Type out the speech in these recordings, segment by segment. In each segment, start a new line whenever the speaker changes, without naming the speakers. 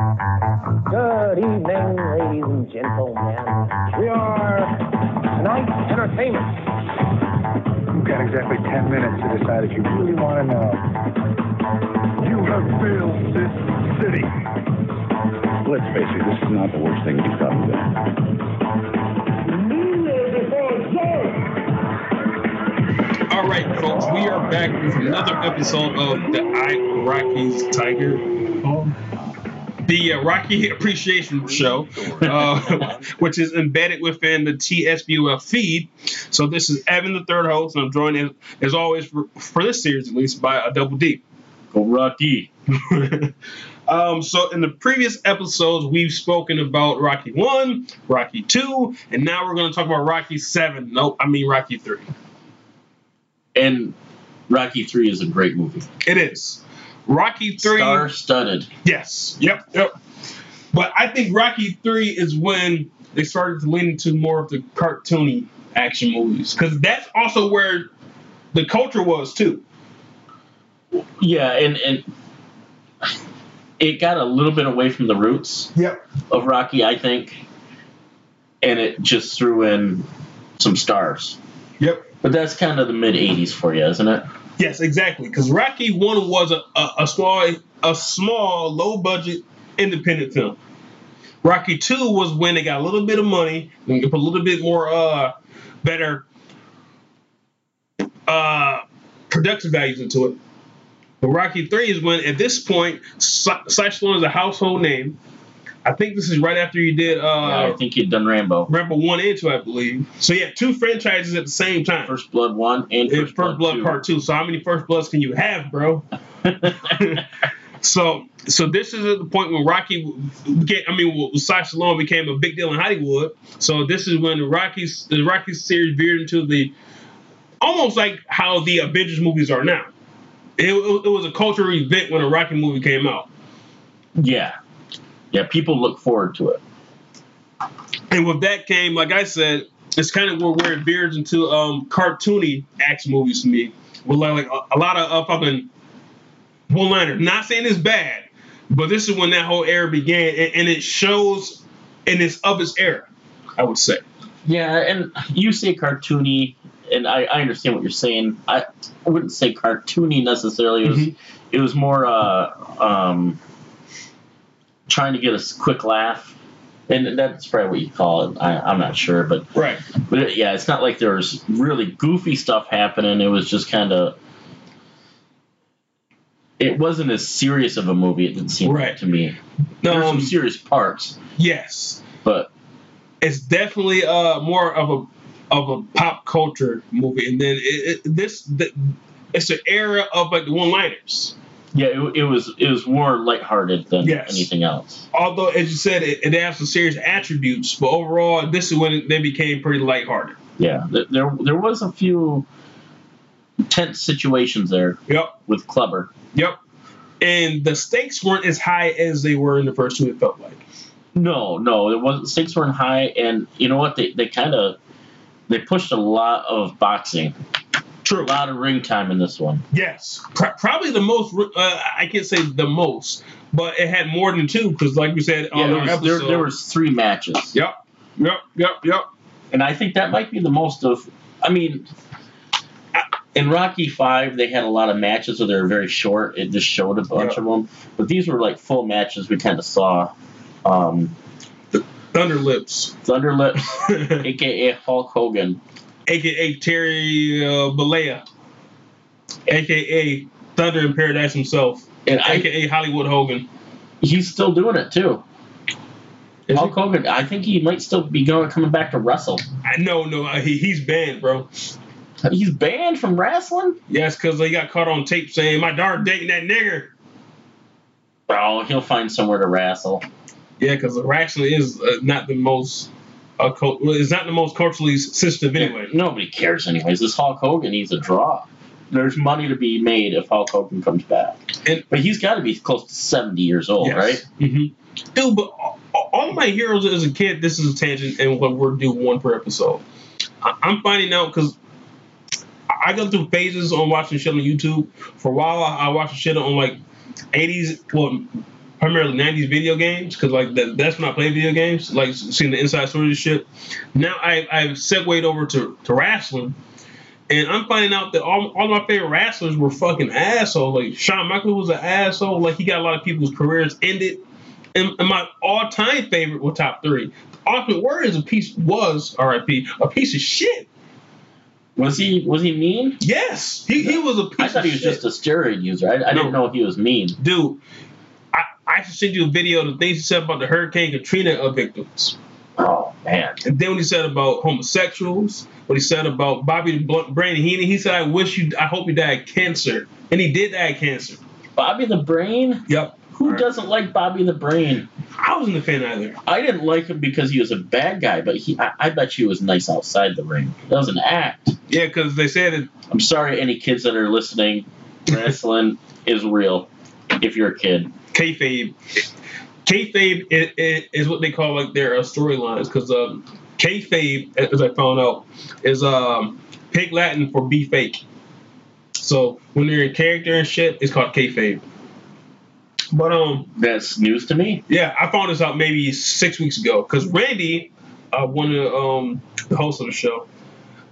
Good evening, ladies and gentlemen. We are night entertainment.
You've got exactly 10 minutes to decide if you really want to know. You have failed this city. Let's face it, this is not the worst thing you've done today.
All right, folks, we are back with another episode of the I Rockies Tiger. um, The uh, Rocky Appreciation Show, uh, which is embedded within the TSBUF feed. So, this is Evan, the third host, and I'm joined, as, as always, for, for this series at least, by a double D.
Go Rocky.
um, so in the previous episodes, we've spoken about Rocky One, Rocky Two, and now we're going to talk about Rocky Seven. No, I mean Rocky Three.
And Rocky Three is a great movie.
It is Rocky Three.
Star studded.
Yes. Yep. Yep. But I think Rocky Three is when they started to lean into more of the cartoony action movies because that's also where the culture was too.
Yeah, and and it got a little bit away from the roots
Yep.
of Rocky, I think, and it just threw in some stars.
Yep.
But that's kind of the mid '80s for you, isn't it?
Yes, exactly. Because Rocky One was a, a, a small a small low budget independent film. Rocky Two was when they got a little bit of money and put a little bit more uh better uh production values into it. But Rocky Three is when at this point Sa- Sly Stallone is a household name. I think this is right after you did uh
I think you'd done Rambo,
Rambo One and Two, I believe. So yeah, two franchises at the same time.
First Blood One, and
It's
First,
First Blood Part Two. So how many First Bloods can you have, bro? so so this is at the point when Rocky get. I mean, when Sly Stallone became a big deal in Hollywood. So this is when the Rockies the Rocky series veered into the almost like how the Avengers movies are now. It, it, it was a cultural event when a Rocky movie came out.
Yeah, yeah. People look forward to it.
And with that came, like I said, it's kind of where, where it veers into um, cartoony action movies to me. With like, like a, a lot of uh, fucking one liners. Not saying it's bad, but this is when that whole era began, and, and it shows in its of its era, I would say.
Yeah, and you say cartoony, and I, I understand what you're saying. I wouldn't say cartoony necessarily. It was,
Mhm.
it was more uh, um, trying to get a s- quick laugh, and that's probably what you call it. I, I'm not sure, but,
Right.
but yeah, it's not like there was really goofy stuff happening. It was just kind of. It wasn't as serious of a movie. It didn't seem
Right.
like to me. There were some
Um,
serious parts,
yes,
but
it's definitely uh more of a of a pop culture movie, and then it, it, this the, it's an era of like the one liners.
yeah, it, it was it was more lighthearted than
Yes.
anything else.
although as you said, it, it has some serious attributes, but overall, this is when it, they became pretty lighthearted.
Yeah, th- there there was a few tense situations there
Yep,
with Clubber.
yep. And the stakes weren't as high as they were in the first two. It felt like.
No, no, it wasn't. Stakes weren't high, and you know what? They they kind of they pushed a lot of boxing, a
True.
lot of ring time in this one.
Yes. Pro- probably the most. Uh, I can't say the most, but it had more than two because, like we said,
Yeah,
on
there
our
was,
Oh, episode,
there, there was three matches,
Yep. Yep. Yep. Yep.
and I think that might be the most of. I mean. In Rocky Five, they had a lot of matches, so they were very short. It just showed a bunch
Yeah.
of them, but these were like full matches. We kind of saw um,
Thunder Lips,
Thunderlips, aka Hulk Hogan,
aka Terry uh, Balea, aka Thunder in Paradise himself,
And I,
aka Hollywood Hogan.
he's still doing it too.
Is
Hulk Hogan, I think he might still be going coming back to wrestle.
I no, no, uh, he, he's banned, bro.
He's banned from wrestling.
Yes, because they got caught on tape saying my daughter dating that nigger.
Oh, he'll find somewhere to wrestle.
Yeah, because actually is uh, not the most, uh, cul- well, it's not the most culturally sensitive anyway.
Nobody cares anyways. This Hulk Hogan, he's a draw. There's money to be made if Hulk Hogan comes back.
And-
but he's got to be close to 70 years old, right?
Mm-hmm. Dude, but all- all my heroes as a kid, this is a tangent and what we're due one per episode. I- I'm finding out because I go through phases on watching shit on YouTube. For a while, I I watched shit on like 80s, well, primarily '90s video games because like that, that's when I play video games, like seeing the inside story and shit. Now I, I've segued over to, to wrestling, and I'm finding out that all, all my favorite wrestlers were fucking assholes. Like Shawn Michaels was an asshole. Like he got a lot of people's careers ended. And, and my all-time favorite, well, top three, Ultimate Warrior is a piece was R.I.P. a piece of shit.
Was he was he mean?
Yes, he, he was a piece.
I thought
of
he was
shit.
just a steroid user. I, I
No.
didn't know he was mean.
dude. I, I should send you a video of the things he said about the Hurricane Katrina uh, victims.
Oh man.
And then what he said about homosexuals, what he said about Bobby the Blunt, Brandon Heenan, he said, "I wish you, I hope you died of cancer," and he did die of cancer.
Bobby the Brain?
Yep.
Who doesn't like Bobby the Brain?
I wasn't a fan either.
I didn't like him because he was a bad guy, but he I, I bet you he was nice outside the ring. That was an act.
Yeah, because they said that
I'm sorry any kids that are listening, wrestling is real. If you're a kid.
kayfabe, kayfabe is, is, is what they call like their uh, storylines because um, kayfabe, as I found out, is um pig Latin for be fake. So when they're in character and shit, it's called kayfabe. But um,
That's news to me.
Yeah, I found this out maybe six weeks ago because Randy, uh, one of the, um, the hosts of the show,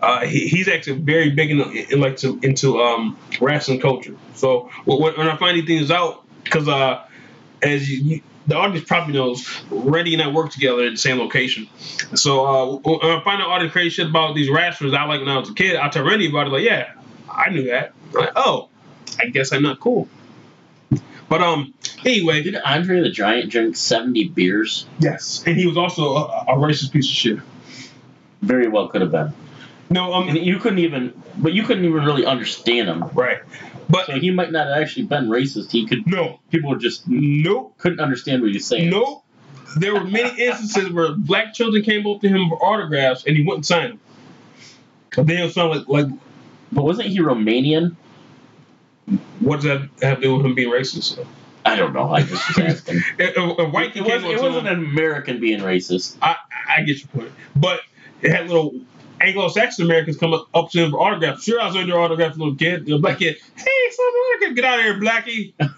uh, he, he's actually very big in, in like to, into um, wrestling culture. So when, when when I find these things out, because uh, as you, you- the audience probably knows, Randy and I work together at the same location. So uh, when I find out all the crazy shit about these wrestlers I like when I was a kid, I tell Randy about it. Like, yeah, I knew that. I'm like, oh, I guess I'm not cool. But um, anyway,
Did Andre the Giant drink 70 beers?
Yes, and he was also a, a racist piece of shit.
Very well could have been.
No, um,
And you couldn't even but you couldn't even really understand him.
right, but
So he might not have actually been racist. He could
no,
people just
nope,
couldn't understand what he was saying.
nope. There were many instances where black children came up to him for autographs and he wouldn't sign them. But They don't sound like like
But wasn't he Romanian?
what does that have to do with him being racist?
I don't know. I just was asking.
If- if a white kid
it,
came
was,
up to him-
not an American being racist.
I, I get your point. But it had little Anglo-Saxon Americans come up, up to him for autographs. Sure, I was under autograph, little kid. The black kid, hey, South America, get out of here, blackie.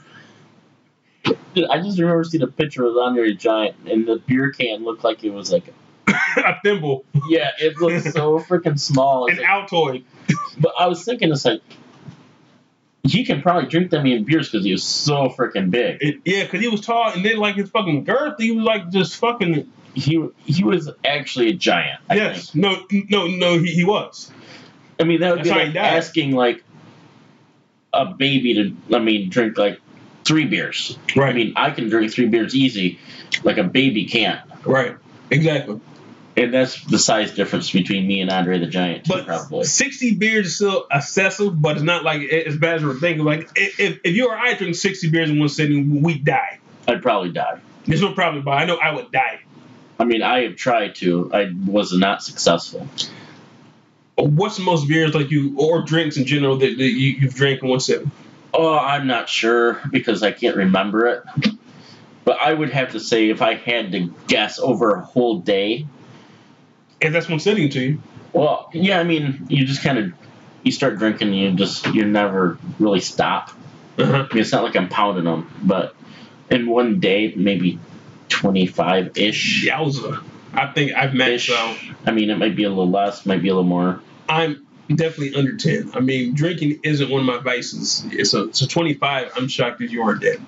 Dude, I just remember seeing a picture of Andre the Giant, and the beer can looked like it was like,
a thimble,
yeah, it looked so freaking small.
an
It's like-
Altoid.
but I was thinking, it's like, he can probably drink that many beers because he was so freaking big.
It, yeah, because he was tall, and then like his fucking girth, he was like just fucking.
He he was actually a giant. I
yes,
think.
no, no, no, he, he was.
I mean that would
That's
be
how he
like
died.
asking like a baby to, I mean, drink like three beers. I mean, I can drink three beers easy, like a baby can't.
right, exactly.
And that's the size difference between me and Andre the Giant, too,
But
probably.
sixty beers is still excessive, but it's not like it- as bad as we're thinking. Like i- if, if you or I drink sixty beers in one sitting, we die.
I'd probably die.
There's no problem, but I know I would die.
I mean, I have tried to. I was not successful.
What's the most beers like you or drinks in general that, that you, you've drank in one sitting?
Oh, I'm not sure because I can't remember it. But I would have to say, if I had to guess over a whole day,
If that's one sitting to you,
well, yeah, I mean, you just kind of you start drinking, you just you never really stop.
uh-huh.
I mean, it's not like I'm pounding them, but in one day, maybe twenty five ish.
yowza! I think I've
ish.
maxed out.
I mean, it might be a little less, might be a little more.
I'm definitely under 10. I mean, drinking isn't one of my vices. It's a, it's a 25. I'm shocked that you aren't dead.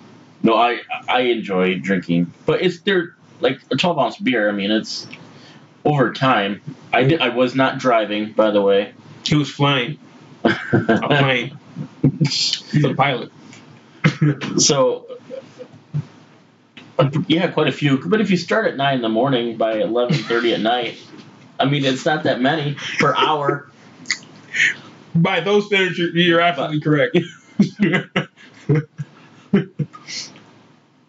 No, I I enjoy drinking, but it's there like a twelve ounce beer. I mean, it's over time. I did, I was not driving, by the way.
He was flying a plane. He's a pilot.
so uh, yeah, quite a few. But if you start at nine in the morning by eleven thirty at night, I mean, it's not that many per hour.
By those standards, you're, you're absolutely correct.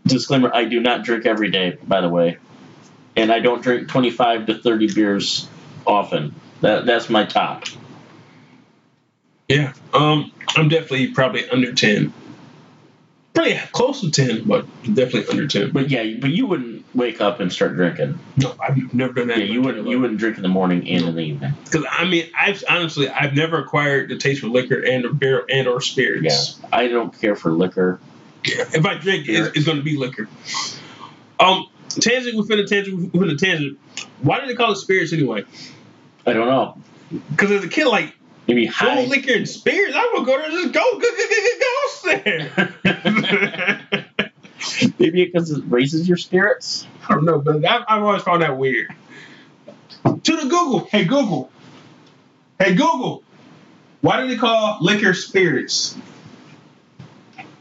disclaimer i do not drink every day by the way and i don't drink 25 to 30 beers often that, that's my top
yeah. Um, I'm definitely probably under 10. Pretty close to 10, but definitely under 10.
but yeah but you wouldn't wake up and start drinking
No, I've never done that.
yeah you wouldn't you wouldn't drink in the morning and in the evening
Because I mean, I've honestly, I've never acquired the taste for liquor and or beer and or spirits.
yeah i don't care for liquor
If I drink, it's, it's going to be liquor. Um, tangent within a tangent within a tangent. Why did they call it spirits anyway?
I don't know.
Because as a kid, like
Maybe
I
high.
don't liquor and spirits. I would go there and just go, go, go, go, go, go there.
Maybe because it raises your spirits.
I don't know, but I've, I've always found that weird. To the Google. Hey, Google. Hey, Google. Why do they call liquor spirits?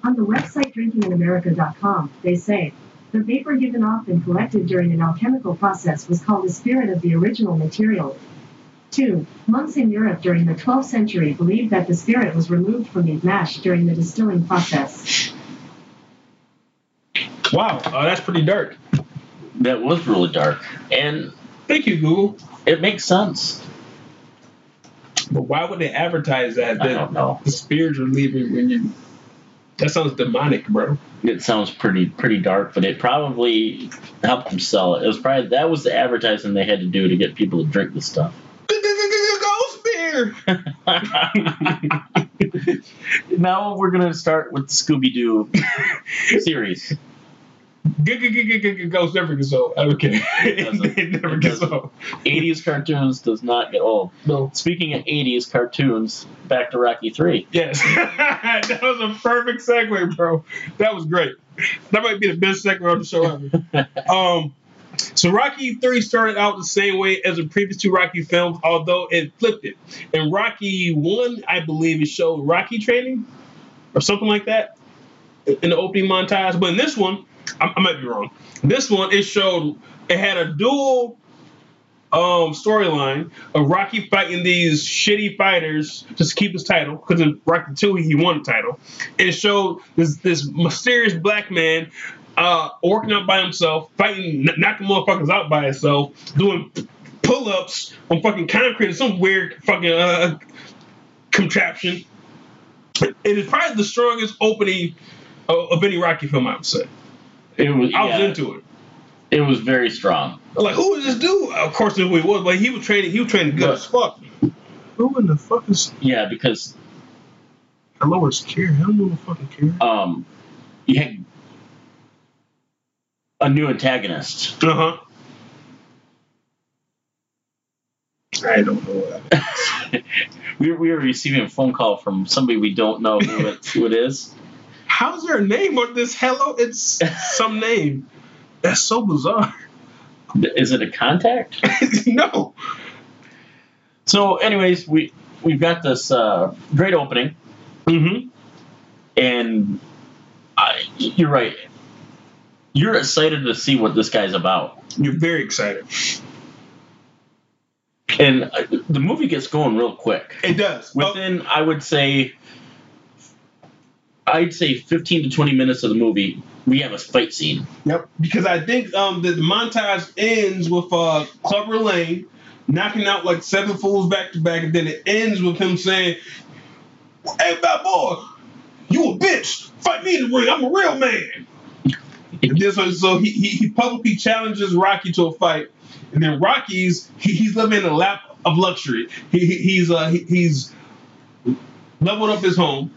On the website drinkinginamerica.com, they say the vapor given off and collected during an alchemical process was called the spirit of the original material. 2. Monks in Europe during the 12th century believed that the spirit was removed from the mash during the distilling process.
Wow, uh, that's pretty dark.
That was really dark. And
Thank you, Google.
it makes sense.
But why would they advertise that?
I don't
That
know.
the spirits are leaving when you. That sounds demonic, bro.
It sounds pretty pretty dark, but it probably helped them sell it. It was probably that was the advertising they had to do to get people to drink the stuff.
Ghost beer.
now we're gonna start with the Scooby Doo series.
Ghost never gets old. I don't care.
doesn't.
It never
It
gets
doesn't.
old.
80s cartoons does not get old.
No.
Speaking of 80s cartoons, back to Rocky 3.
Yes. that was a perfect segue, bro. That was great. That might be the best segue on the show ever. um, so Rocky 3 started out the same way as the previous two Rocky films, although it flipped it. In Rocky 1, I believe it showed Rocky training or something like that in the opening montage. But in this one, I, I might be wrong. This one, it showed it had a dual um, storyline of Rocky fighting these shitty fighters just to keep his title because in Rocky Two he won the title, and it showed this this mysterious black man. Uh, working out by himself, fighting, kn- knocking motherfuckers out by himself, doing pull-ups on fucking concrete, some weird fucking uh, contraption. It is probably the strongest opening of, of any Rocky film, I would say.
It was,
I was
yeah,
into it.
it was very strong.
Like, who is this dude? Of course, I knew who he was, but he was training. He was training good
Look.
as fuck. Who in the fuck is
Yeah, because
I lower his care? I don't know the fucking care.
um, you had a new antagonist.
Uh huh. I don't know. What I
we, we were receiving a phone call from somebody we don't know who it, who it is.
How's there a name on this? Hello, it's some name. That's so bizarre.
Is it a contact?
no.
So, anyways, we we've got this uh, great opening,
Mm-hmm.
and I, you're right. You're excited to see what this guy's about,
You're very excited.
and uh, the movie gets going real quick.
It does.
Within, I would say, I'd say 15 to 20 minutes of the movie, we have a fight scene.
Yep. Because I think um the, the montage ends with uh Clubber Lane knocking out like seven fools back to back, and then it ends with him saying, "Hey, bad boy, you a bitch. Fight me in the ring. I'm a real man." And this one, so he, he he publicly challenges Rocky to a fight, and then Rocky's he, he's living in a lap of luxury. He, he he's uh he, he's leveled up his home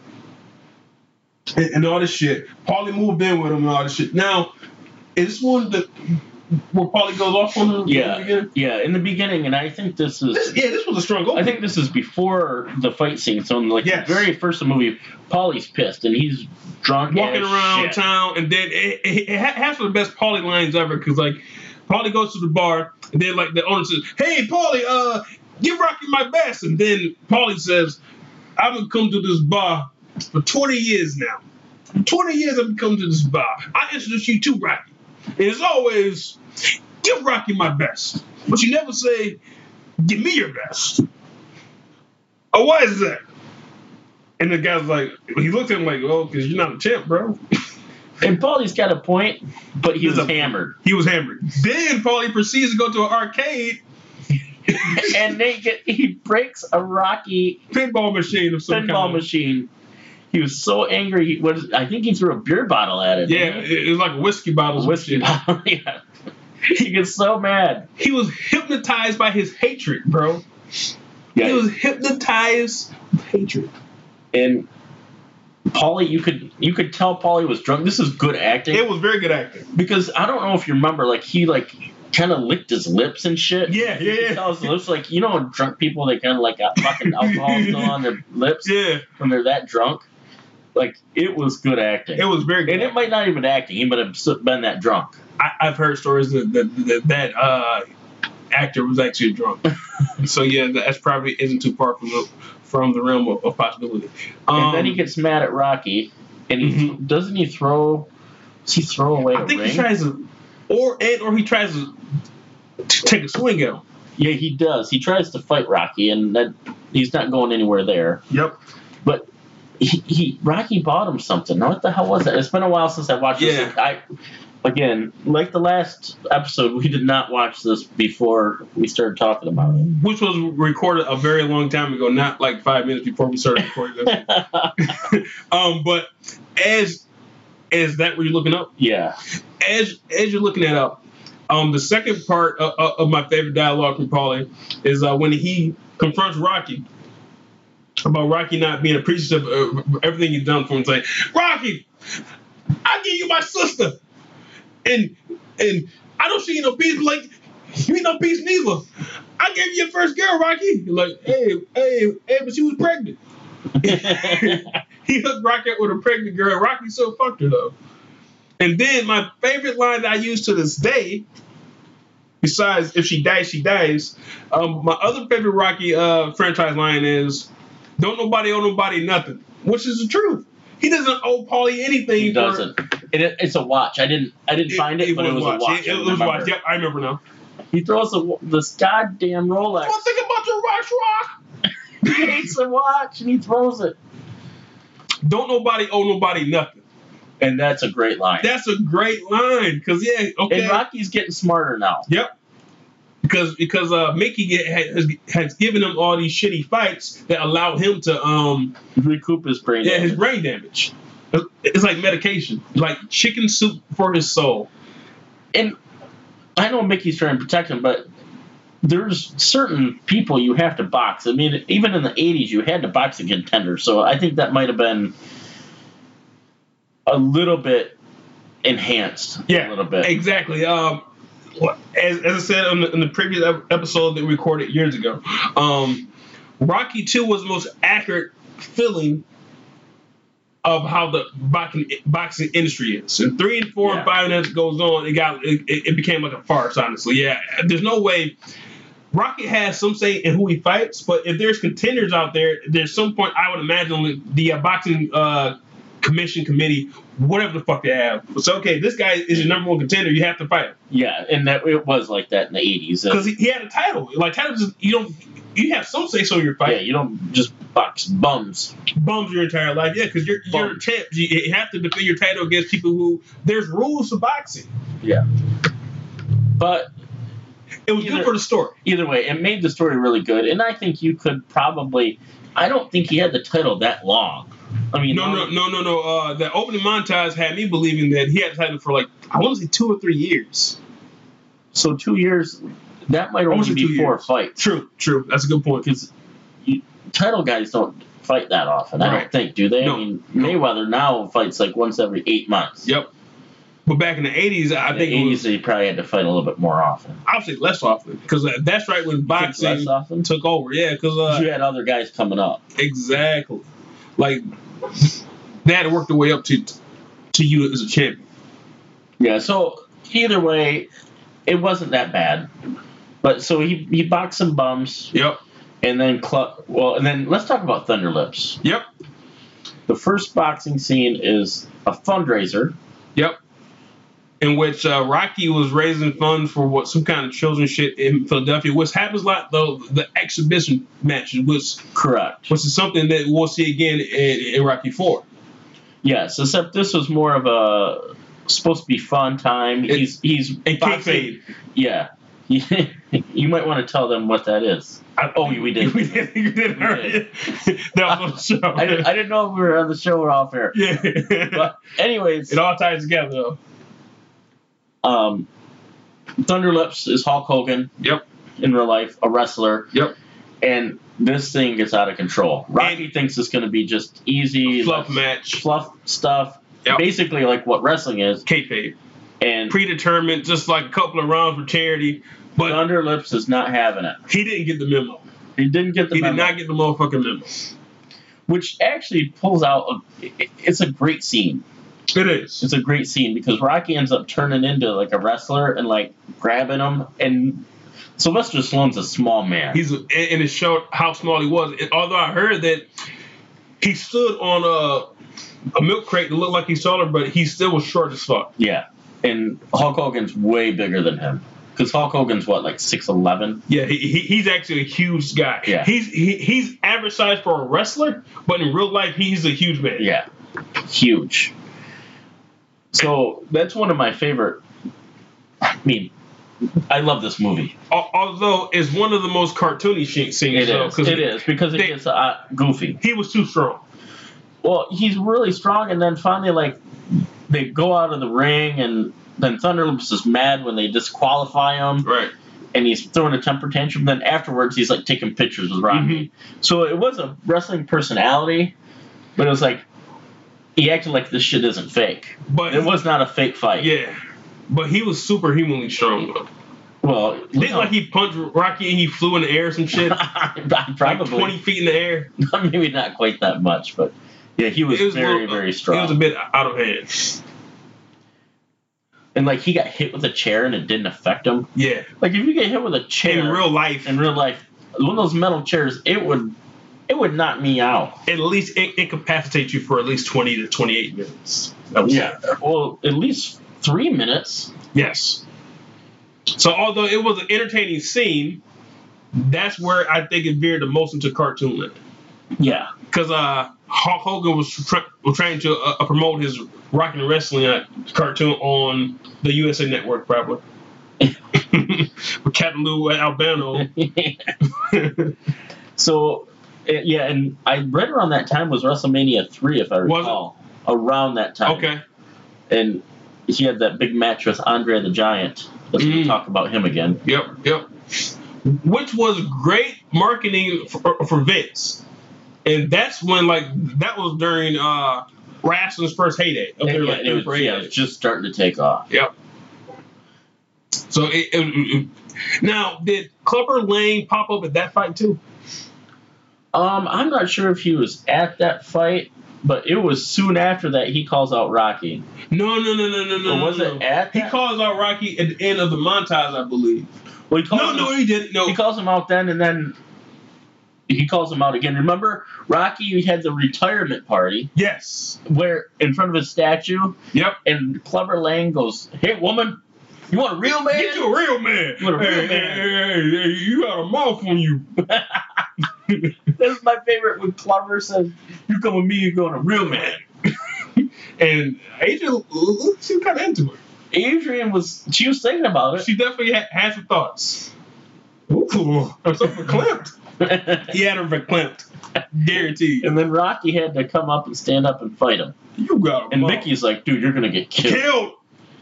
and, and all this shit. Paulie moved in with him and all this shit. Now, is this one that where Paulie goes off on him?
Yeah, yeah, in the beginning, and I think this is.
This, yeah, this was a strong opening.
I think this is before the fight scene. So, in, like
Yes.
the very first of the movie, Polly's pissed and he's drunk,
walking
as
around
shit.
town, and then it, it, it ha- half of the best Paulie lines ever. Because like, Paulie goes to the bar, and then like the owner says, "Hey, Paulie, uh, give Rocky my best," and then Paulie says, "I've been come to this bar for 20 years now. For 20 years I've been coming to this bar. I introduced you to Rocky, and it's always give Rocky my best, but you never say give me your best. Oh, why is that?" And the guy's like, he looked at him like, oh, because you're not a champ, bro.
And Polly's got a point, but he
There's
was
a-
hammered.
He was hammered. Then Paulie proceeds to go to an arcade
and they get he breaks a Rocky
pinball machine of some
pinball
kind.
machine. He was so angry. He was, I think he threw a beer bottle at it.
Yeah, it, it was like whiskey bottles.
whiskey bottle. yeah. He gets so mad.
He was hypnotized by his hatred, bro. He was hypnotized with hatred.
and Paulie, you could you could tell Paulie was drunk. This is good acting
It was very good acting.
because I don't know if you remember, like he like kind of licked his lips and shit.
Yeah,
You could
yeah,
tell his lips like you know drunk people they kind of like got fucking alcohol still on their lips
yeah.
when they're that drunk. Like it was good acting,
It was very good.
and it might not even acting. He might have s- been that drunk.
I, I've heard stories that that, that, that uh, actor was actually drunk. so yeah, that's probably isn't too far from the from the realm of, of possibility. Um,
and then he gets mad at Rocky, and he
Mhm.
doesn't he throw? Does he throw away a
I think
ring?
he tries to, or and or he tries to, to take a swing at him.
yeah, he does. He tries to fight Rocky, and that he's not going anywhere there.
Yep.
He, he Rocky bought him something. Now what the hell was that? It's been a while since I watched
Yeah.
this. I again, like the last episode, we did not watch this before we started talking about it.
Which was recorded a very long time ago, not like five minutes before we started recording this. um, but as as that were you looking up?
yeah,
as as you're looking that up, um, the second part of, of of my favorite dialogue from Paulie is uh, when he confronts Rocky about Rocky not being appreciative of everything he's done for him. It's like, Rocky, I give you my sister, and and I don't see you no beast like you ain't no beast neither. I gave you your first girl, Rocky. You're like, hey, hey, hey, but she was pregnant. he hooked Rocky up with a pregnant girl. Rocky still fucked her though. And then my favorite line that I use to this day, besides if she dies, she dies. Um, my other favorite Rocky uh, franchise line is, "Don't nobody owe nobody nothing," which is the truth. He doesn't owe Paulie anything.
he
for-
doesn't. And it, it's a watch. I didn't. I didn't find it, but it was a watch.
It,
I
it was
remember.
watch. Yep, I remember now.
He throws a, wa- this goddamn Rolex.
One thing about your watch, Rock.
he hates the watch and he throws it.
Don't nobody owe nobody nothing.
And that's a great line.
That's a great line, cause yeah, okay.
And Rocky's getting smarter now.
Yep. Because because uh, Mickey get, has, has given him all these shitty fights that allow him to um
Recoup his brain.
yeah his
damage.
brain damage. It's like medication, like chicken soup for his soul.
and I know Mickey's trying to protect him, but there's certain people you have to box. I mean, even in the '80s, you had to box a contender. So I think that might have been a little bit enhanced.
Yeah,
a little bit.
Exactly. Um, as, as I said on the, in the previous ep- episode that we recorded years ago, um, Rocky Two was the most accurate feeling of how the boxing, boxing industry is. And three and four
Yeah.
and five as it goes on, it got it, it it became like a farce. Honestly, yeah. There's no way. Rocky has some say in who he fights, but if there's contenders out there, there's some point I would imagine like, the uh, boxing uh, commission committee, whatever the fuck they have. So okay, this guy is your number one contender. You have to fight him
yeah, and that it was like that in the '80s.
because he, he had a title. Like titles, is- you don't you have some say so in your
yeah,
fight.
you don't just box bums.
Bums your entire life, yeah, because you're you're a
Bums.
champ. You, you have to defend your title against people who there's rules to boxing.
Yeah, but
It was
Either-
good for the story.
either way, it made the story really good, and I think you could probably. I don't think he had the title that long. I mean,
No, no, no, no, no. Uh, the opening montage had me believing that he had the title for like I want to say two or three years.
So two years, that might
Almost
only be
two
four
years.
fights
True, true. That's a good point.
because you, title guys don't fight that often. I
Right.
don't think, do they?
No,
I mean,
no.
Mayweather now fights like once every eight months.
Yep. But back in the '80s, I
In
think
the
it
80s,
was
he probably had to fight a little bit more often.
obviously less often because that's right when boxing
Less often.
took over. Yeah, because uh,
'Cause you had other guys coming up.
Exactly. Like they had to work their way up to to you as a champion.
Yeah. So either way, it wasn't that bad. But so he he boxed some bums
Yep.
and then cl- well and then let's talk about Thunder Lips.
Yep.
The first boxing scene is a fundraiser.
Yep. In which uh, Rocky was raising funds for what some kind of children shit in Philadelphia, which happens a lot though. The exhibition matches, which
Correct.
which is something that we'll see again in, in Rocky Four.
Yes, except this was more of a supposed to be fun time.
It-
he's he's
And
boxing-
kayfabe.
Yeah, you might want to tell them what that is.
I-
Oh, we did.
we did. We did.
did.
that was on the show.
I, didn't- I didn't know if we were on the show or off air.
yeah.
But anyways,
it all ties together though.
um, Thunderlips is Hulk Hogan
Yep.
in real life, a wrestler,
Yep.
and this thing gets out of control. Rocky
And-
thinks it's going to be just easy
Fluff
like,
match,
fluff stuff,
Yep.
basically like what wrestling is.
kayfabe,
And
predetermined, just like a couple of rounds for charity. But
Thunderlips is not having it.
he didn't get the memo.
He didn't get the
He did
memo,
not get the motherfucking memo.
which actually pulls out. A, it- it's a great scene.
It is.
It's a great scene because Rocky ends up turning into like a wrestler and like grabbing him. And Sylvester Stallone's a small man.
He's and and it showed how small he was. And although I heard that he stood on a a milk crate that looked like he's taller, but he still was short as fuck.
yeah, and Hulk Hogan's way bigger than him because Hulk Hogan's what like six eleven.
Yeah, he, he, he's actually a huge guy.
Yeah.
He's he, he's average size for a wrestler, but in real life he's a huge man.
Yeah, huge. So that's one of my favorite. I mean, I love this movie.
Al- although it's one of the most cartoony sh- scenes.
It
though,
is. It is because it
they-
gets uh, goofy.
He was too strong.
Well, he's really strong, and then finally, like, they go out of the ring, and then Thunderlips is mad when they disqualify him,
Right.
and he's throwing a temper tantrum. Then afterwards, he's like taking pictures with
Mm-hmm.
Rocky. So it was a wrestling personality, but it was like he acted like this shit isn't fake.
But
It was not a fake fight.
yeah. But he was superhumanly strong though.
Well,
Didn't
no.
like he punched Rocky and he flew in the air or some shit. like
probably
twenty feet in the air.
maybe not quite that much, but yeah, he was,
It was a
very
little-
very
It
strong.
was a bit out of hand.
and like he got hit with a chair and it didn't affect him.
Yeah.
Like if you get hit with a chair
In real life,
in real life, one of those metal chairs, it would it would knock me out.
at least it incapacitates you for at least twenty to twenty-eight minutes. I would say.
Well, at least three minutes.
Yes. So although it was an entertaining scene, that's where I think it veered the most into cartoon land.
Yeah.
Because uh, Hulk Hogan was, tr- was trying to uh, promote his rock and wrestling uh, cartoon on the USA Network, probably. With Captain Lou Albano.
so eh, yeah, and I read around that time was WrestleMania three, if I
Was it?
recall. Around that time.
okay.
And he had that big match with Andre the Giant. Let's
Mm.
talk about him again.
Yep. Yep. Which was great marketing for, for Vince, and that's when like that was during uh, wrestling's first heyday. Up there,
Yeah,
like,
it was-
for
yeah,
heyday.
it was just starting to take off.
Yep. So it, it- it- now did Clubber Lane pop up at that fight too?
Um, I'm not sure if he was at that fight, but it was soon after that he calls out Rocky.
No, no, no, no, no, no.
Or was
no,
it
no.
at
He
that?
calls out Rocky at the end of the montage, I believe.
Well, he calls
No,
him,
no, he didn't. No,
he calls him out then, and then he calls him out again. Remember, Rocky had the retirement party
yes.
where in front of his statue,
Yep.
and Clever Lang goes, "Hey, woman, you want a real man?"
Get you a real man.
What a real
hey,
man.
Hey, hey, hey, you got a mouth on you.
This is my favorite when Clever says, "You come with me, you're going a real man."
and Adrian, she was kind of into it.
Adrian was she was thinking about
She definitely had, had some thoughts. Ooh, I'm so verklempt.
it.
He had her verklempt. Guaranteed.
And then Rocky had to come up and stand up and fight him.
You got a
And
mouth.
Mickey's like, dude, you're gonna get killed.
killed.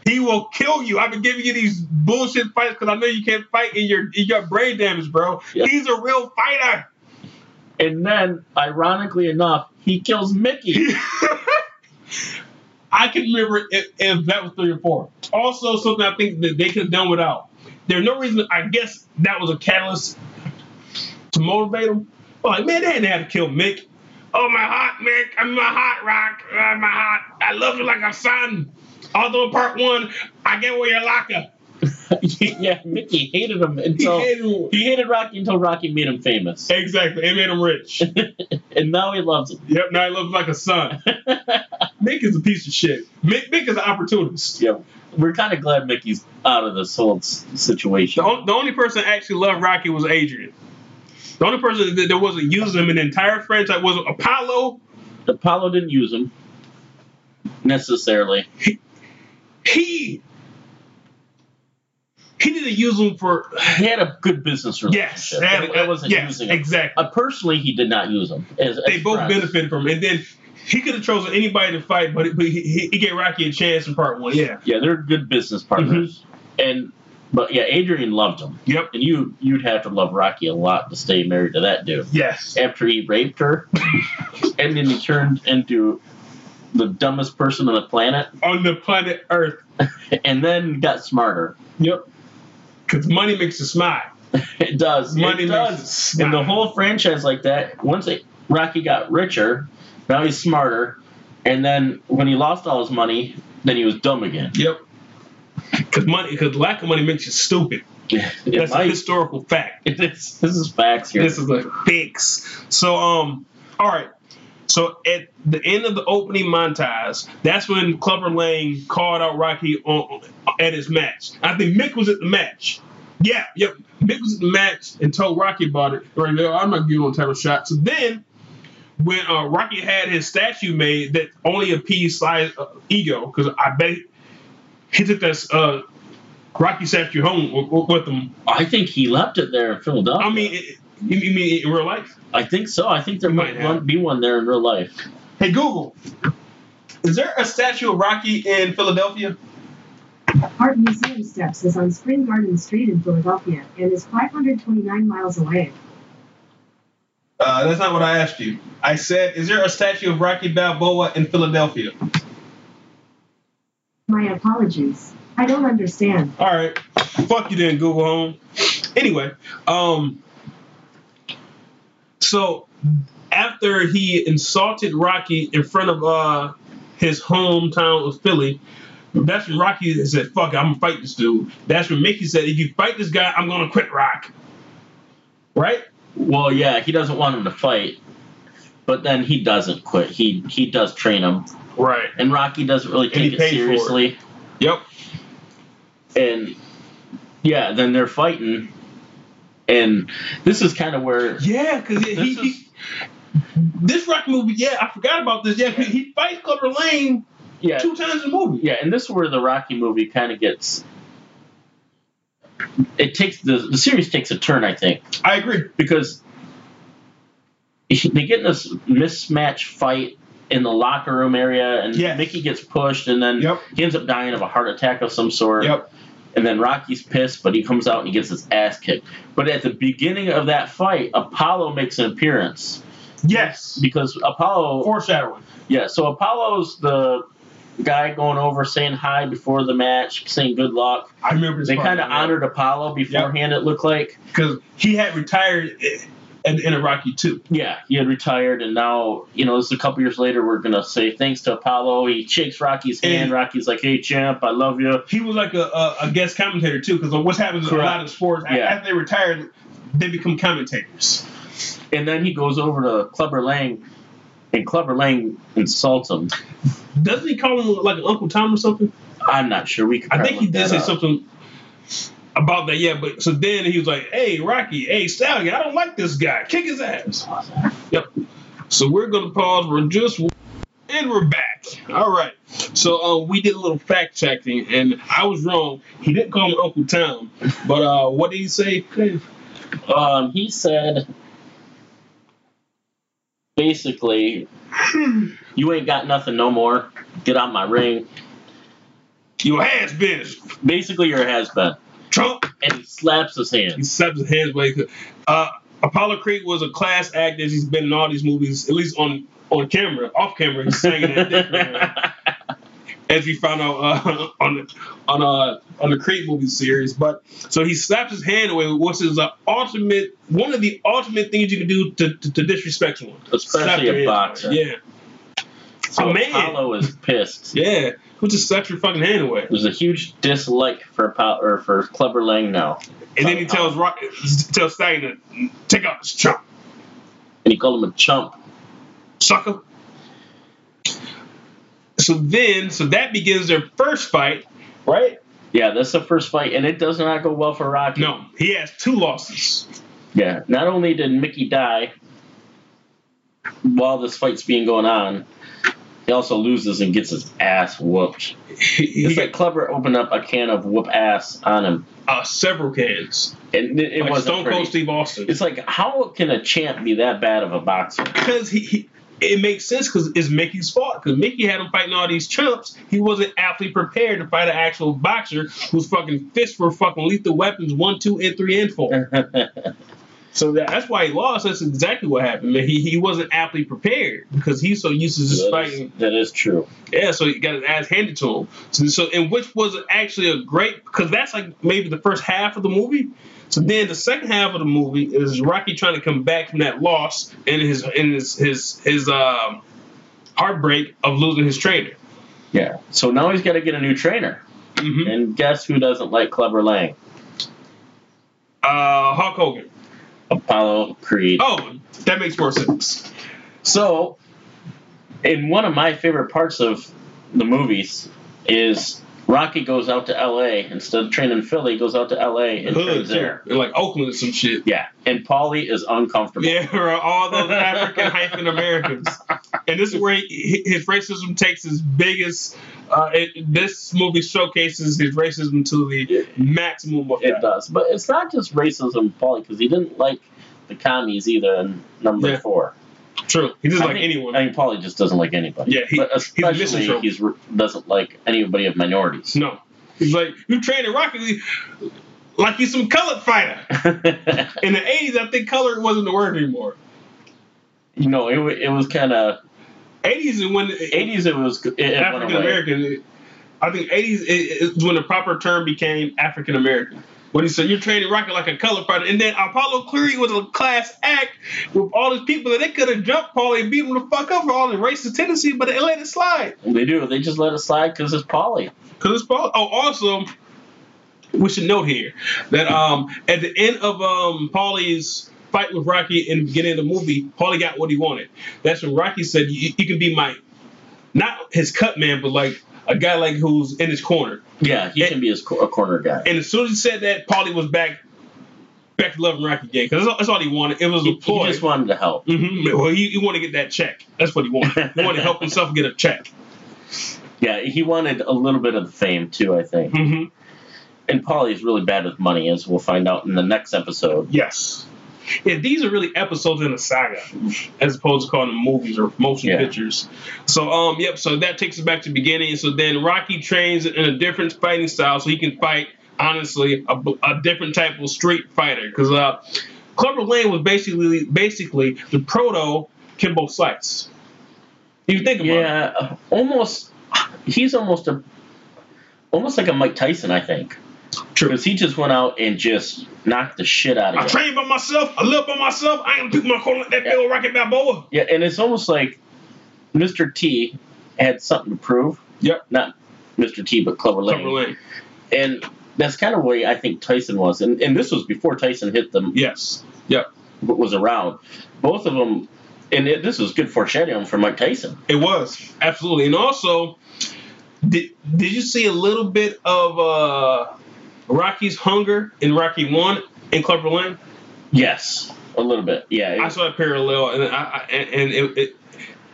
He will kill you. I've been giving you these bullshit fights because I know you can't fight and your you got brain damage, bro.
Yeah.
He's a real fighter.
And then, ironically enough, he kills Mickey.
I can remember if, if that was three or four. Also, something I think that they could have done without. There's no reason. I guess that was a catalyst to motivate him. But like, man, they didn't have to kill Mick. Oh my hot Mick, I'm my hot rock, I'm my hot. I love you like a son. Although in part one, I get where your locker.
yeah, Mickey hated him
He
until
hated him.
he hated Rocky until Rocky made him famous,
Exactly. It made him rich.
and now he loves him.
yep, now he looks like a son. Mick is a piece of shit. Mick, Mick is an opportunist.
Yeah, we're kind of glad Mickey's out of this whole s-
The,
situation.
on, the only person that actually loved Rocky was Adrian. The only person that, that wasn't using him in the entire franchise was Apollo.
Apollo didn't use him necessarily.
He he didn't use him for
He had a good business
yes,
relationship.
that-
I wasn't
yes,
using him.
exactly.
Uh, personally, he did not use him. As,
They
as
both
friends.
benefited from it. And then he could have chosen anybody to fight, but, but he, he, he gave Rocky a chance in part one. Yeah,
Yeah, they're good business partners. And But yeah, Adrian loved him,
Yep.
and you you'd have to love Rocky a lot to stay married to that dude.
Yes.
After he raped her, and then he turned into the dumbest person on the planet,
On the planet Earth.
and then got smarter.
Yep. Because money makes you smile.
It does.
Money
it
makes
does.
you smile.
And the whole franchise like that, once it, Rocky got richer, now he's smarter, and then when he lost all his money, then he was dumb again.
Yep. Because money, because lack of money makes you stupid.
It
That's a
might-
historical fact.
this, this is facts here.
This is a fix. So, um, all right. So at the end of the opening montage, that's when Clubber Lang called out Rocky on at his match. I think Mick was at the match. Yeah, yep. Mick was at the match and told Rocky about it. Right there, I'm not giving on type of shot. So then, when uh, Rocky had his statue made that only appeased Sly's uh, ego, because I bet he took that uh, Rocky statue home with, with him.
I think he left it there in Philadelphia.
I mean, it, it- you you mean in real life?
I think so. I think there
You
might
might have.
one- be one there in real life.
Hey Google, is there a statue of Rocky in Philadelphia?
Art Museum Steps is on Spring Garden Street in Philadelphia and is 529 miles away.
Uh, that's not what I asked you. I said, is there a statue of Rocky Balboa in Philadelphia?
My apologies. I don't understand.
All right, fuck you then, Google Home. Anyway, um, so after he insulted Rocky in front of uh his hometown of Philly, that's when Rocky said, "Fuck, it, I'm gonna fight this dude." That's when Mickey said, "If you fight this guy, I'm gonna quit Rock." Right?
Well, yeah, he doesn't want him to fight, but then he doesn't quit. He he does train him,
Right.
and Rocky doesn't really
And he
take it
paid for it.
seriously.
Yep.
And yeah, then they're fighting, and this is kind of where
Yeah, because he,
This
he,
is-
this rock movie. Yeah, I forgot about this. Yeah, 'cause he fights Clubber Lane
yeah
two times in the movie.
yeah, and this is where the Rocky movie kind of gets. It takes the the series takes a turn, I think.
I agree.
because they get in this mismatch fight in the locker room area, and
Yes.
Mickey gets pushed, and then
Yep.
he ends up dying of a heart attack of some sort.
Yep.
And then Rocky's pissed, but he comes out and he gets his ass kicked. But at the beginning of that fight, Apollo makes an appearance
Yes.
because Apollo.
Foreshadowing.
Yeah, so Apollo's the guy going over saying hi before the match, saying good luck.
I remember this
They kind of honored Apollo beforehand, it looked like.
because he had retired at the end of Rocky Two.
yeah, he had retired, and now you know this is a couple years later. We're gonna say thanks to Apollo. He shakes Rocky's hand.
And-
Rocky's like, "Hey, champ, I love you."
He was like a, a, a guest commentator too, because what's happens in a
Correct.
lot of sports a-
Yeah.
after they retire, they become commentators.
And then he goes over to Clubber Lang, and Clubber Lang insults him.
Doesn't he call him like Uncle Tom or something?
I'm not sure. We could
I think
probably
he
look
did
that
say
up.
something about that, yeah. But so then he was like, "Hey, Rocky, hey, Stallion, I don't like this guy. Kick his ass." Yep. So we're gonna pause. We're just and we're back. All right. So uh, we did a little fact checking, and I was wrong. He didn't call him Uncle Tom, but uh, what did he say?
Um, he said, basically, you ain't got nothing no more. Get out my ring.
Your has been
Basically, you're a has been.
Trump.
And he slaps his
He
hand.
slaps his hands away. Uh, Apollo Creed was a class act as he's been in all these movies, at least on on camera, off camera. He's singing it different. as we found out uh, on the on uh, on the Creed movie series. But so he slaps his hand away, which is the ultimate one of the ultimate things you can do to, to, to disrespect someone, Slap
Especially
their
a
hand
boxer.
away. Yeah,
So
Oh, man.
Apollo is pissed.
yeah. Who just slaps your fucking hand away?
There's a huge dislike for Apollo or for Clubber Lang now,
And
Uh,
then he tells Rock, tells Stallion to take out this chump,
and he called him a chump.
sucker. So then, so that begins their first fight, right?
Yeah, that's the first fight, and it does not go well for Rocky.
No, he has two losses.
Yeah, not only did Mickey die while this fight's being going on, he also loses and gets his ass whooped.
He, he
It's
got
like Clubber opened up a can of whoop ass on him,
uh, several cans.
and it, it
like
wasn't
Stone Cold
pretty.
Steve Austin.
It's like how can a champ be that bad of a boxer?
because he, he it makes sense because it's Mickey's fault. Because Mickey had him fighting all these chumps. He wasn't aptly prepared to fight an actual boxer whose fucking fists were fucking lethal weapons one, two, and three, and four. so that, that's why he lost. That's exactly what happened. Man. He he wasn't aptly prepared because he's so used to just
that,
fighting.
is, that is true.
Yeah, so he got his ass handed to him. So, so and which was actually a great because that's like maybe the first half of the movie. So then the second half of the movie is Rocky trying to come back from that loss and his and his his his um, heartbreak of losing his trainer.
Yeah. So now he's got to get a new trainer.
hmm
And guess who doesn't like Clever Lang?
Uh, Hulk Hogan.
Apollo Creed.
Oh, that makes more sense.
So, in one of my favorite parts of the movies is Rocky goes out to L.A. instead of training in Philly, goes out to L.A. and
Hood
trains
too,
there.
And, like Oakland and some shit.
Yeah, and Paulie is uncomfortable.
Yeah, or all those African hyphen Americans. And this is where he, his racism takes his biggest. Uh, it, this movie showcases his racism to the maximum of
It
that.
does, but it's not just racism, Paulie, because he didn't like the commies either. In number
Yeah.
four,
True. He doesn't
I
like
think-
anyone.
I mean, Paulie just doesn't like anybody.
Yeah, he-
but
he's a
especially
misanthrope.
he's, doesn't like anybody of minorities.
no. He's like, you trained in Rocket League like he's some colored fighter. In the 80s, I think color wasn't the word anymore.
you know, it, wa- it was kind of
80s is when
eighties. It was it, it went
African
away.
American. I think 80s is is when the proper term became African American. When he said you're training rocket like a color fighter, and then Apollo Cleary was a class act with all these people that they could have jumped Paul and beat him the fuck up for all the racist tendency, but they let it slide
They do. They just let it slide because it's Paulie.
because it's Paul. Oh, also, we should note here that um at the end of um Paulie's fight with Rocky in the beginning of the movie, Paulie got what he wanted. That's when Rocky said, "You, you can be my not his cut man, but like." A guy like who's in his corner,
Yeah, he
It-
can be a, sc- a corner guy.
And as soon as he said that, Paulie was back, back to loving Rocky again because that's, all- that's all he wanted. It was
He,
a
he
ploy.
just wanted to help.
Mhm. Well, he, he wanted to get that check. That's what he wanted. He wanted to help himself get a check.
Yeah, he wanted a little bit of the fame too. I think.
hmm
And Paulie's really bad with money, as we'll find out in the next episode.
Yes. Yeah, these are really episodes in a saga, as opposed to calling them movies or motion
Yeah.
pictures. So, um, yep. So that takes us back to the beginning. So then Rocky trains in a different fighting style, so he can fight honestly a, a different type of street fighter. Because uh, Clever Lane was basically basically the proto Kimbo Slice. If you think about it,
Yeah, almost. He's almost a, almost like a Mike Tyson, I think,
true.
because he just went out and just knocked the shit out
I
of you.
train by myself. I live by myself. I am picking my corner like that
Yeah.
Bill Rocket Balboa.
Yeah, and it's almost like Mr. T had something to prove.
Yep.
Not Mr. T, but Clever Lane.
Clever Lane.
And that's kind of where I think Tyson was. And, and this was before Tyson hit them,
Yes. Yep.
was around. Both of them, and it, this was good foreshadowing for Mike Tyson.
It was absolutely, and also, did did you see a little bit of uh, Rocky's hunger in Rocky One in Clever Lane?
Yes. A little bit. Yeah. it-
I saw a parallel, and I, I and it, it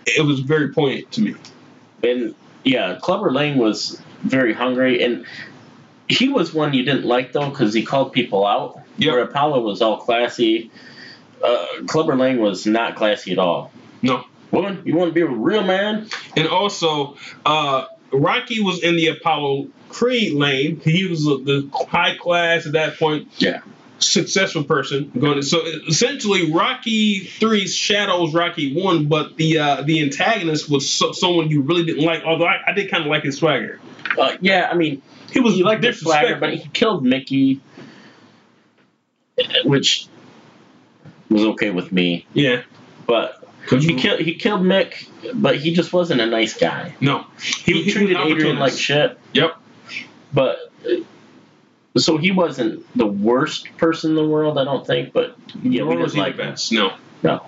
it was very poignant to me.
and yeah, Clever Lang was very hungry, and he was one you didn't like though because he called people out.
Yep.
Where Apollo was all classy, uh, Clever Lang was not classy at all.
No,
Woman, you want to be a real man?
and also uh, Rocky was in the Apollo Creed lane. He was the high class at that point.
Yeah.
Successful person going to, so essentially Rocky three shadows Rocky one, but the uh, the antagonist was so, someone you really didn't like. Although I, I did kind of like his swagger.
Uh, yeah, I mean,
He was
he liked the
disrespectful.
swagger, but he killed Mickey, which was okay with me.
yeah,
But
Could
he
you-
killed he killed Mick, but he just wasn't a nice guy.
no,
He,
was
treated
an
Adrian like
opportunist.
shit.
Yep,
but uh, so he wasn't the worst person in the world, I don't think. But yeah, we
Nor
just
was he
like
the best. No,
no,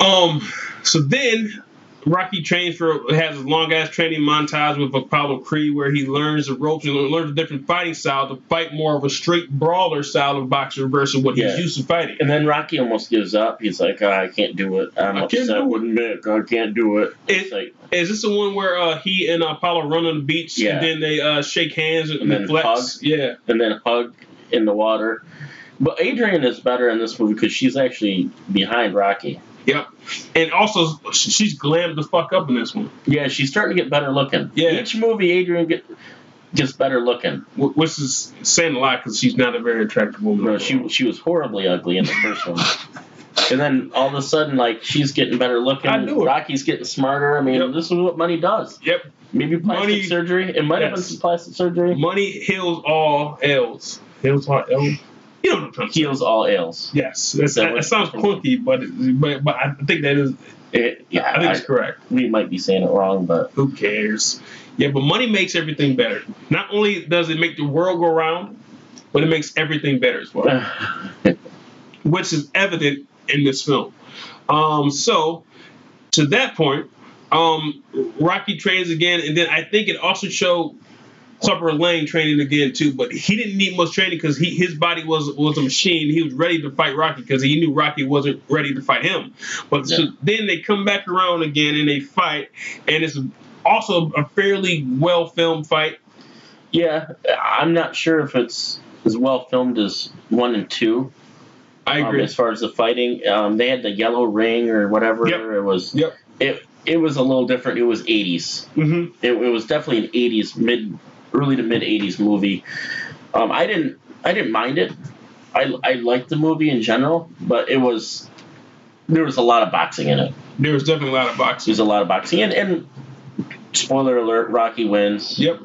Um, so then Rocky trains for has a long ass training montage with Apollo Creed where he learns the ropes and learns a different fighting style to fight more of a straight brawler style of boxer versus what
Yeah.
he's used to fighting.
and then Rocky almost gives up. He's like, "Ah, I can't do it. I'm
I can't
upset
do
with Mick. I can't do it. It's
It-
like,
Is this the one where uh, he and Apollo run on the beach
Yeah.
and then they uh, shake hands and,
And then
flex?
hug.
Yeah,
and then hug in the water. But Adrian is better in this movie because she's actually behind Rocky.
Yep. And also, she- she's glammed the fuck up in this one,
Yeah, she's starting to get better looking.
Yeah.
Each movie, Adrian get, gets better looking.
wh- which is saying a lot because she's not a very attractive woman.
No, she she was horribly ugly in the first one, and then all of a sudden, like she's getting better looking.
I knew it.
Rocky's getting smarter. I mean,
Yep.
this is what money does.
Yep.
Maybe plastic
Money-
surgery. It might have been
Yes.
some plastic surgery.
Money heals all ills. Heals all ills. You know what I'm trying to say.
Heals all ails.
Yes, that's,
That
that,
was-
sounds clunky, but, but but I think that is
It, yeah,
I think
I-
it's correct.
we might be saying it wrong, but
Who cares? Yeah, but money makes everything better. Not only does it make the world go round, but it makes everything better as well. which is evident in this film. Um, so, to that point, um, Rocky trains again, and then I think it also showed Clubber Lang training again too. But he didn't need much training because he his body was was a machine. He was ready to fight Rocky because he knew Rocky wasn't ready to fight him. But so
Yeah.
then they come back around again and they fight, and it's also a fairly well filmed fight.
yeah, I'm not sure if it's as well filmed as one and two.
I
um,
agree.
as far as the fighting, um, they had the yellow ring or whatever.
Yep.
It was
Yep.
it it was a little different. It was 80s.
hmm
It, it was definitely an 80s mid early to mid 80s movie. Um, I didn't I didn't mind it. I I liked the movie in general, but it was there was a lot of boxing in it.
There was definitely a lot of boxing.
There's a lot of boxing and and spoiler alert, Rocky wins.
Yep.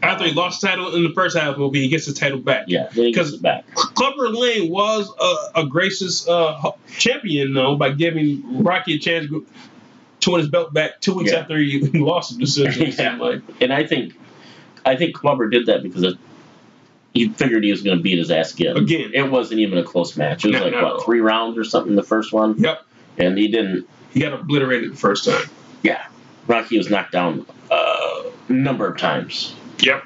After he lost the title in the first half of the movie, he gets the title back.
Yeah, then he gets
'Cause-
it back.
Clubber Lang was a, a gracious uh, h- champion, though, by giving Rocky a chance to win his belt back two weeks
Yeah.
after he, he lost the decision. it seemed
Yeah.
like.
And I think I think Clubber did that because it, he figured he was going to beat his ass again.
Again.
it wasn't even a close match. It was
No,
like
not at all.
what three rounds or something the first one,
Yep.
and he didn't.
He got obliterated the first time.
Yeah, Rocky was knocked down uh, a number of times.
Yep.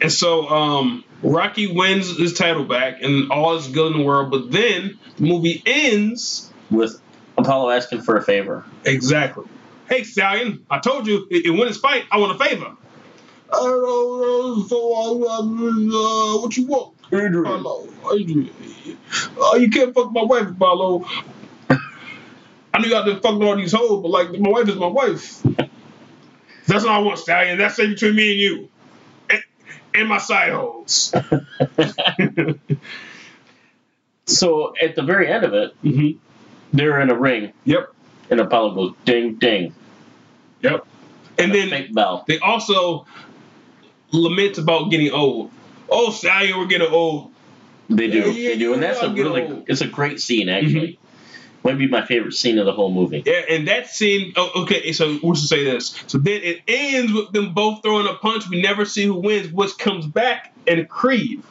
And so um, Rocky wins his title back, and all is good in the world. But then the movie ends
With Apollo asking for a favor,
Exactly. Hey, Stallion, I told you, i- in win this fight, I want a favor. I don't know, so I, uh, what you want,
Adrian.
Barlow? Adrian. Uh, you can't fuck my wife, Barlow. I knew you out there fucking all these hoes, but like, my wife is my wife. That's what I want, Stallion. That's it between me and you. And, and my side hoes.
So at the very end of it,
Mm-hmm.
they're in a ring,
Yep,
and Apollo goes ding ding,
yep. And then.
fake bell.
They also lament about getting old. Oh, Stallion, we're getting old.
They do,
Yeah, yeah,
they do, and that's a
yeah,
really
yo.
it's a great scene actually. Might be my favorite scene of the whole movie.
Yeah, and that scene. Oh, okay, so we should say this. So then it ends with them both throwing a punch. We never see who wins, which comes back in Creed.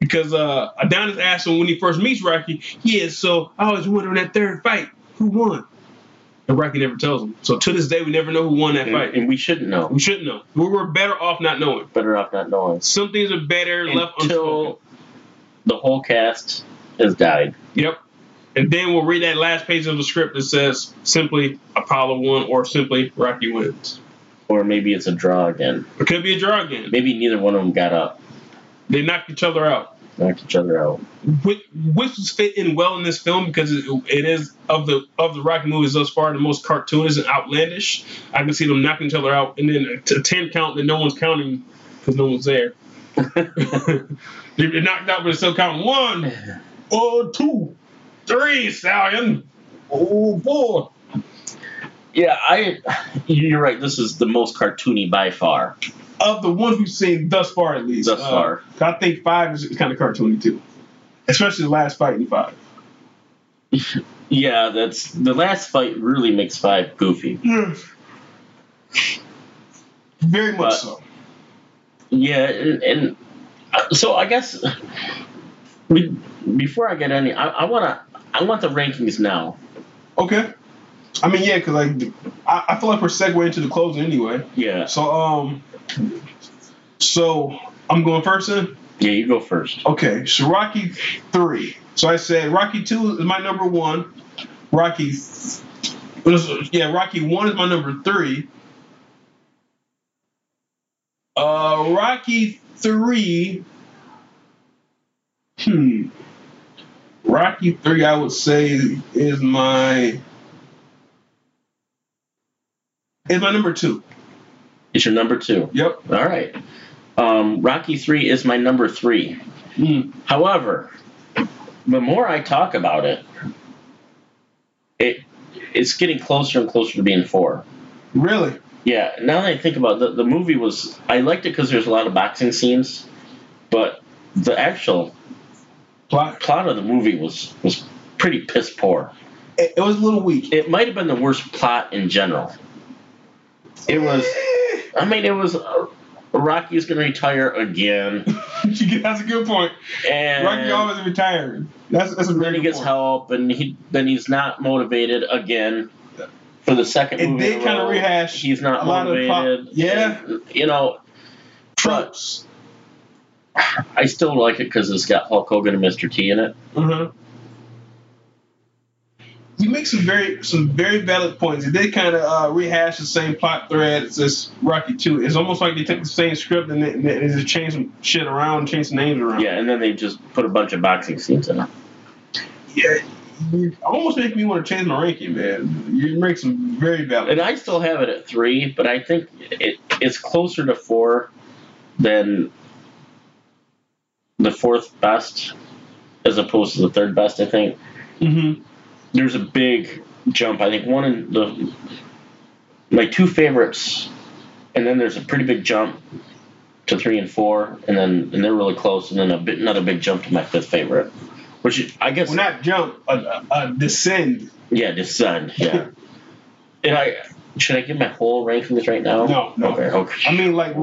Because uh, Adonis asked him when he first meets Rocky, yeah, so I was wondering that third fight, who won? And Rocky never tells him. So to this day, we never know who won that
And,
fight.
and we shouldn't know.
We shouldn't know. We were better off not knowing.
Better off not knowing.
Some things are better left unspoken.
Until the whole cast has died.
Yep. And then we'll read that last page of the script that says simply Apollo won or simply Rocky wins.
Or maybe it's a draw again.
It could be a draw again.
Maybe neither one of them got up,
They knocked each other out,
knocked each other out.
which, which was fit in well in this film because it, it is of the of the Rocky movies thus far the most cartoonish and outlandish. I can see them knocking each other out and then a, a ten count that no one's counting because no one's there. They're knocked out, but they're still counting one, or two, three, stallion, oh four.
Yeah, I. You're right. This is the most cartoony by far.
of the ones we've seen thus far, at least.
Thus
Uh,
far.
I think five is kind of cartoony too, especially the last fight in five.
Yeah, that's the last fight really makes five goofy.
Very much
But-
so.
Yeah, and, and uh, so I guess we before I get any, I, I wanna I want the rankings now.
Okay. I mean, yeah, because like I, I feel like we're segueing into the closing anyway.
Yeah.
So um, so I'm going first then.
Yeah, you go first.
Okay, so Rocky three. So I said Rocky two is my number one. Rocky, yeah, Rocky one is my number three. Uh, Rocky three. Hmm. Rocky Three, I would say, is my is my number two.
It's your number two.
Yep.
All right. Um, Rocky Three is my number three.
Mm.
However, the more I talk about it, it it's getting closer and closer to being four.
Really?
Yeah, now that I think about it, the, the movie was I liked it because there's a lot of boxing scenes, but the actual
Plot.
plot of the movie was was pretty piss poor.
It, it was a little weak.
It might have been the worst plot in general. It was.
Eh,
I mean, it was. Uh, Rocky's gonna retire again,
you- that's a good point.
and
Rocky always retiring. That's that's a
then
very
he
good
gets
point.
help, and he then he's not motivated again for the second
It
movie.
did
in a
kinda
row.
rehash
He's not
a lot of the plot-
motivated.
Yeah.
and, you know,
Tropes.
I still like it because it's got Hulk Hogan and Mr. T in it.
Uh-huh. You make some very some very valid points. It did kind of uh, rehash the same plot threads as Rocky Two. It's almost like they took the same script and they, they they just changed some shit around, changed the names around.
Yeah, and then they just put a bunch of boxing scenes in it.
yeah. You almost make me want to change my ranking, man. You make some very valid.
And I still have it at three, but I think it it's closer to four than the fourth best, as opposed to the third best. I think
Mm-hmm.
there's a big jump. I think one in the my two favorites, and then there's a pretty big jump to three and four, and then and they're really close, and then a bit another big jump to my fifth favorite, which I guess
Well, not jump, a uh, uh, descend.
yeah, descend yeah. and I should I give my whole rankings right now?
No, no.
Okay, okay.
I mean, like,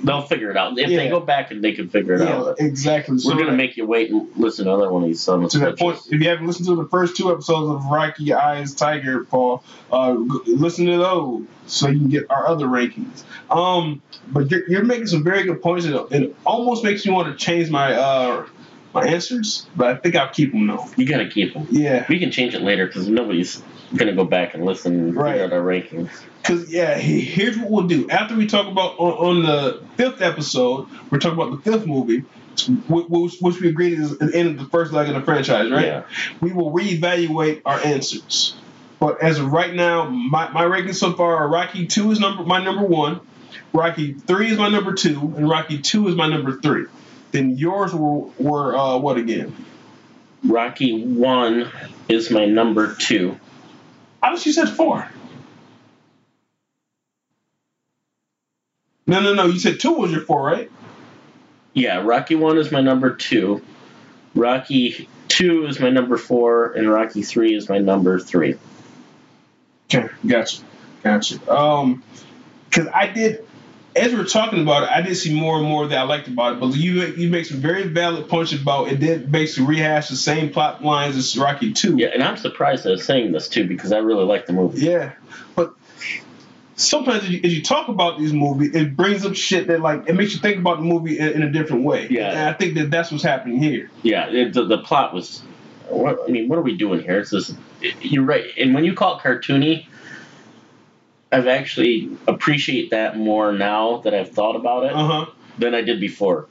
They'll figure it out if
Yeah.
they go back and they can figure it
yeah,
out.
exactly.
We're gonna make you wait and listen to another one of these sons.
to
of
that
bitches.
point, if you haven't listened to the first two episodes of Rocky Eyes Tiger, Paul, uh, g- listen to those so you can get our other rankings. Um, but you're, you're making some very good points, and it- it almost makes me want to change my uh, my answers, but I think I'll keep them though.
You gotta keep them.
Yeah,
We can change it later because nobody's gonna go back and listen and
Right.
figure out our rankings.
because yeah, he- here's what we'll do after we talk about on, on the fifth episode, we're talking about the fifth movie. wh- Which, which we agreed is the end of the first leg of the franchise, right?
Yeah.
we will reevaluate our answers. But as of right now, my, my rankings so far are Rocky two is number my number one, Rocky three is my number two, and Rocky two is my number three. Then yours were, were uh, what again?
Rocky one is my number two.
I thought you said four. No, no, no. You said two was your four, right?
Yeah, Rocky one is my number two. Rocky two is my number four, and Rocky three is my number three.
Okay, gotcha, gotcha. Um, because I did, as we are talking about it, I did see more and more that I liked about it. But you you make some very valid points about it. Did basically rehash the same plot lines as Rocky Two.
Yeah, and I'm surprised I was saying this too because I really like the movie.
Yeah, but sometimes as you, as you talk about these movies, it brings up shit that like it makes you think about the movie in, in a different way.
Yeah.
and I think that that's what's happening here.
Yeah, it, the, the plot was. What, I mean, what are we doing here? It's this. You're right, and when you call it cartoony, I've actually appreciate that more now that I've thought about it.
Uh huh.
than I did before.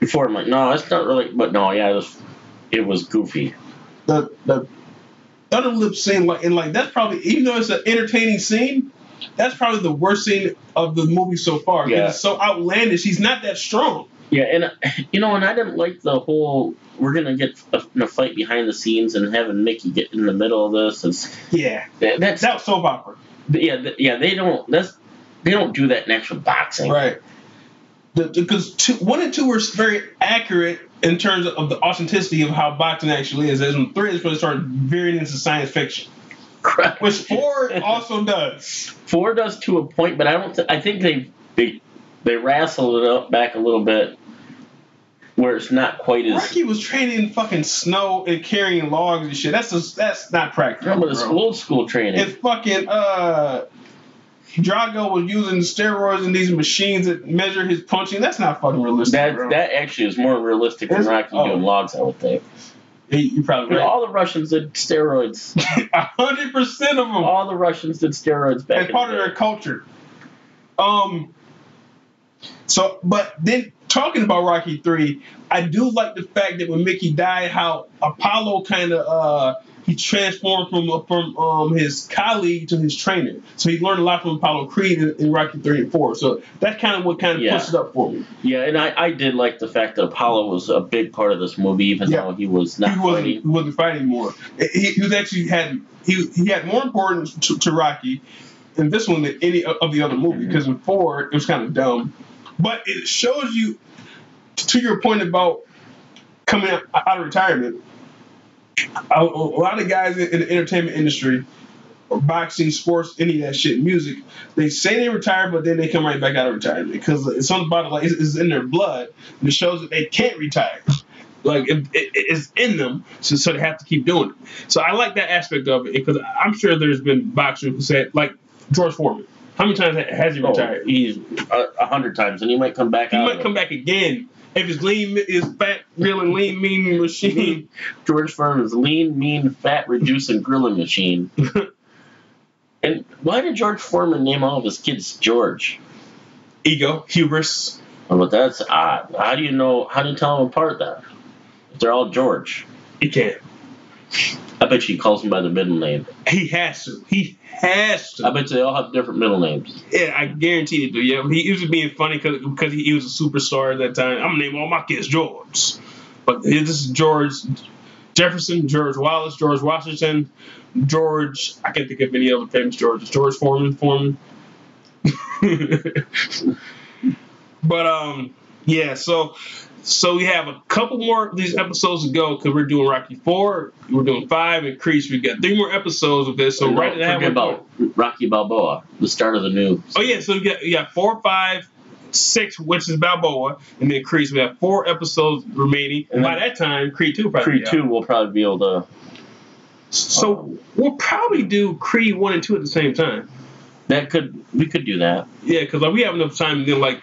Before I'm like, no, that's not really. But no, yeah, it was, it was goofy.
the the Thunder Lip scene, like and like that's probably even though it's an entertaining scene, that's probably the worst scene of the movie so far. 'cause
Yeah.
It's so outlandish. He's not that strong.
Yeah, and you know, and I didn't like the whole we're gonna get a, in a fight behind the scenes and having Mickey get in the middle of this. Is
Yeah.
that, that's
That was soap opera.
yeah th- yeah they don't that's they don't do that in actual boxing.
Right. Because two, one and two were very accurate in terms of the authenticity of how boxing actually is. As in three is when it started veering into science fiction,
Correct.
which four also does.
Four does to a point, but I don't. Th- I think they they they wrestled it up back a little bit where it's not quite as.
Rocky was training in fucking snow and carrying logs and shit. That's just, that's not practical.
Yeah, but it's
bro.
old school training.
if fucking uh Drago was using steroids and these machines that measure his punching, that's not fucking realistic.
That
bro.
that actually is more realistic than
Is it?
Rocky
Oh.
doing logs, I would think.
Yeah, you're probably
But
right.
all the Russians did steroids.
hundred percent of them.
all the Russians did steroids back.
That's
in
part
the
of their
day.
culture. Um, So, but then talking about Rocky three, I do like the fact that when Mickey died, how Apollo kind of uh, he transformed from from um, his colleague to his trainer. So he learned a lot from Apollo Creed in, in Rocky three and four. So that's kind of what kind of
Yeah.
pushed it up for me.
Yeah, and I, I did like the fact that Apollo was a big part of this movie, even
Yeah.
though he was not
he wasn't
fighting.
he wasn't fighting more. He, he was actually had he he had more importance to, to Rocky in this one than any o- of the other
Mm-hmm.
movie because in four it was kind of dumb, but it shows you to your point about coming out, out of retirement. A, a lot of guys in, in the entertainment industry, or boxing, sports, any of that shit, music, they say they retire, but then they come right back out of retirement because it's something about it, like it's, it's in their blood, and it shows that they can't retire like it, it, it's in them, so, so they have to keep doing it. So I like that aspect of it because I'm sure there's been boxers who said like George Foreman. How many times ha- has he
Oh, uh,
retired?
he's a, a hundred times, and he might come back.
He
out
might come back again if his lean is fat, real and lean, mean machine.
George Foreman's lean, mean, fat reducing grilling machine. and why did George Foreman name all of his kids George?
Ego, hubris.
Well, that's odd. How do you know? How do you tell them apart then? If They're all George.
He can't.
I bet you he calls them by their middle name.
He has to. He has
I
to.
bet you they all have different middle names.
Yeah, I guarantee it. Dude. Yeah, he, he was being funny because he, he was a superstar at that time. I'm gonna name all my kids George, but this is George Jefferson, George Wallace, George Washington, George. I can't think of any other famous Georges. George Foreman, Foreman. but um, yeah. So so we have a couple more of these episodes to go because we're doing Rocky Four, we're doing five, and Crease. We got three more episodes of this. So
And
right
don't
now,
forget about Rocky Balboa, the start of the new.
Oh yeah, so we got, we got four, five, six, which is Balboa, and then Creed. So we have four episodes remaining. And
And
by
then-
that time, Creed two probably.
Creed
be out.
two will probably be able to.
So we'll probably do Creed one and two at the same time.
That could we could do that.
Yeah, because like we have enough time. And then like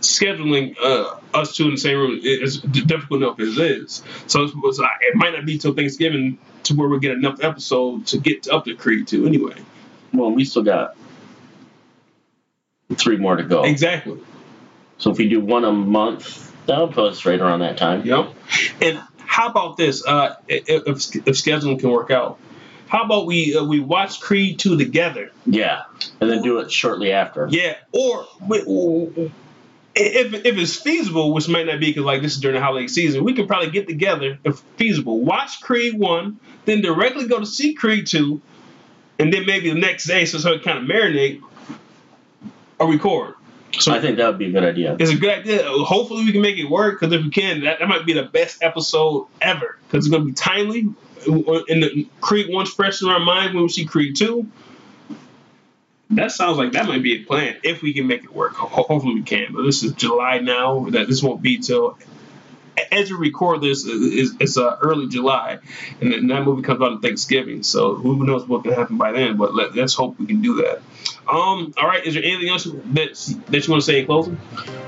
scheduling uh, us two in the same room is is difficult enough as it is. So it's, it's, like, it might not be till Thanksgiving to where we get enough episodes to get up to Creed two anyway.
Well, we still got three more to go.
Exactly.
So if we do one a month, that'll put us right around that time.
Yep. And how about this? Uh, i- i- if, if scheduling can work out, how about we uh, we watch Creed two together?
Yeah, and then do it shortly after.
Yeah. Or we, i- if if it's feasible, which might not be because like this is during the holiday season, we can probably get together if feasible. Watch Creed one, then directly go to see Creed two, and then maybe the next day, so so it kind of marinate or record. So
I think that would be a good idea.
it's a good idea. Hopefully, we can make it work because if we can, that, that might be the best episode ever because it's going to be timely. And the Creed one's fresh in our mind when we see Creed two. That sounds like that might be a plan if we can make it work. Ho- hopefully, we can. But this is July now. That this won't be till as we record this is it's uh, early July, and then that movie comes out on Thanksgiving. So who knows what can happen by then? But let, let's hope we can do that. Um. All right. Is there anything else that that you want to say in closing?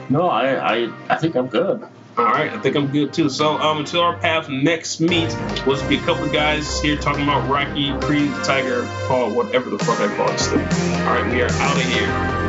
No, I, I, I think I'm good.
All right, I think I'm good too. So um, until our paths next meet, we'll just be a couple guys here talking about Rocky, Creed, Tiger, Paul, whatever the fuck I call this thing. All right, we are out of here.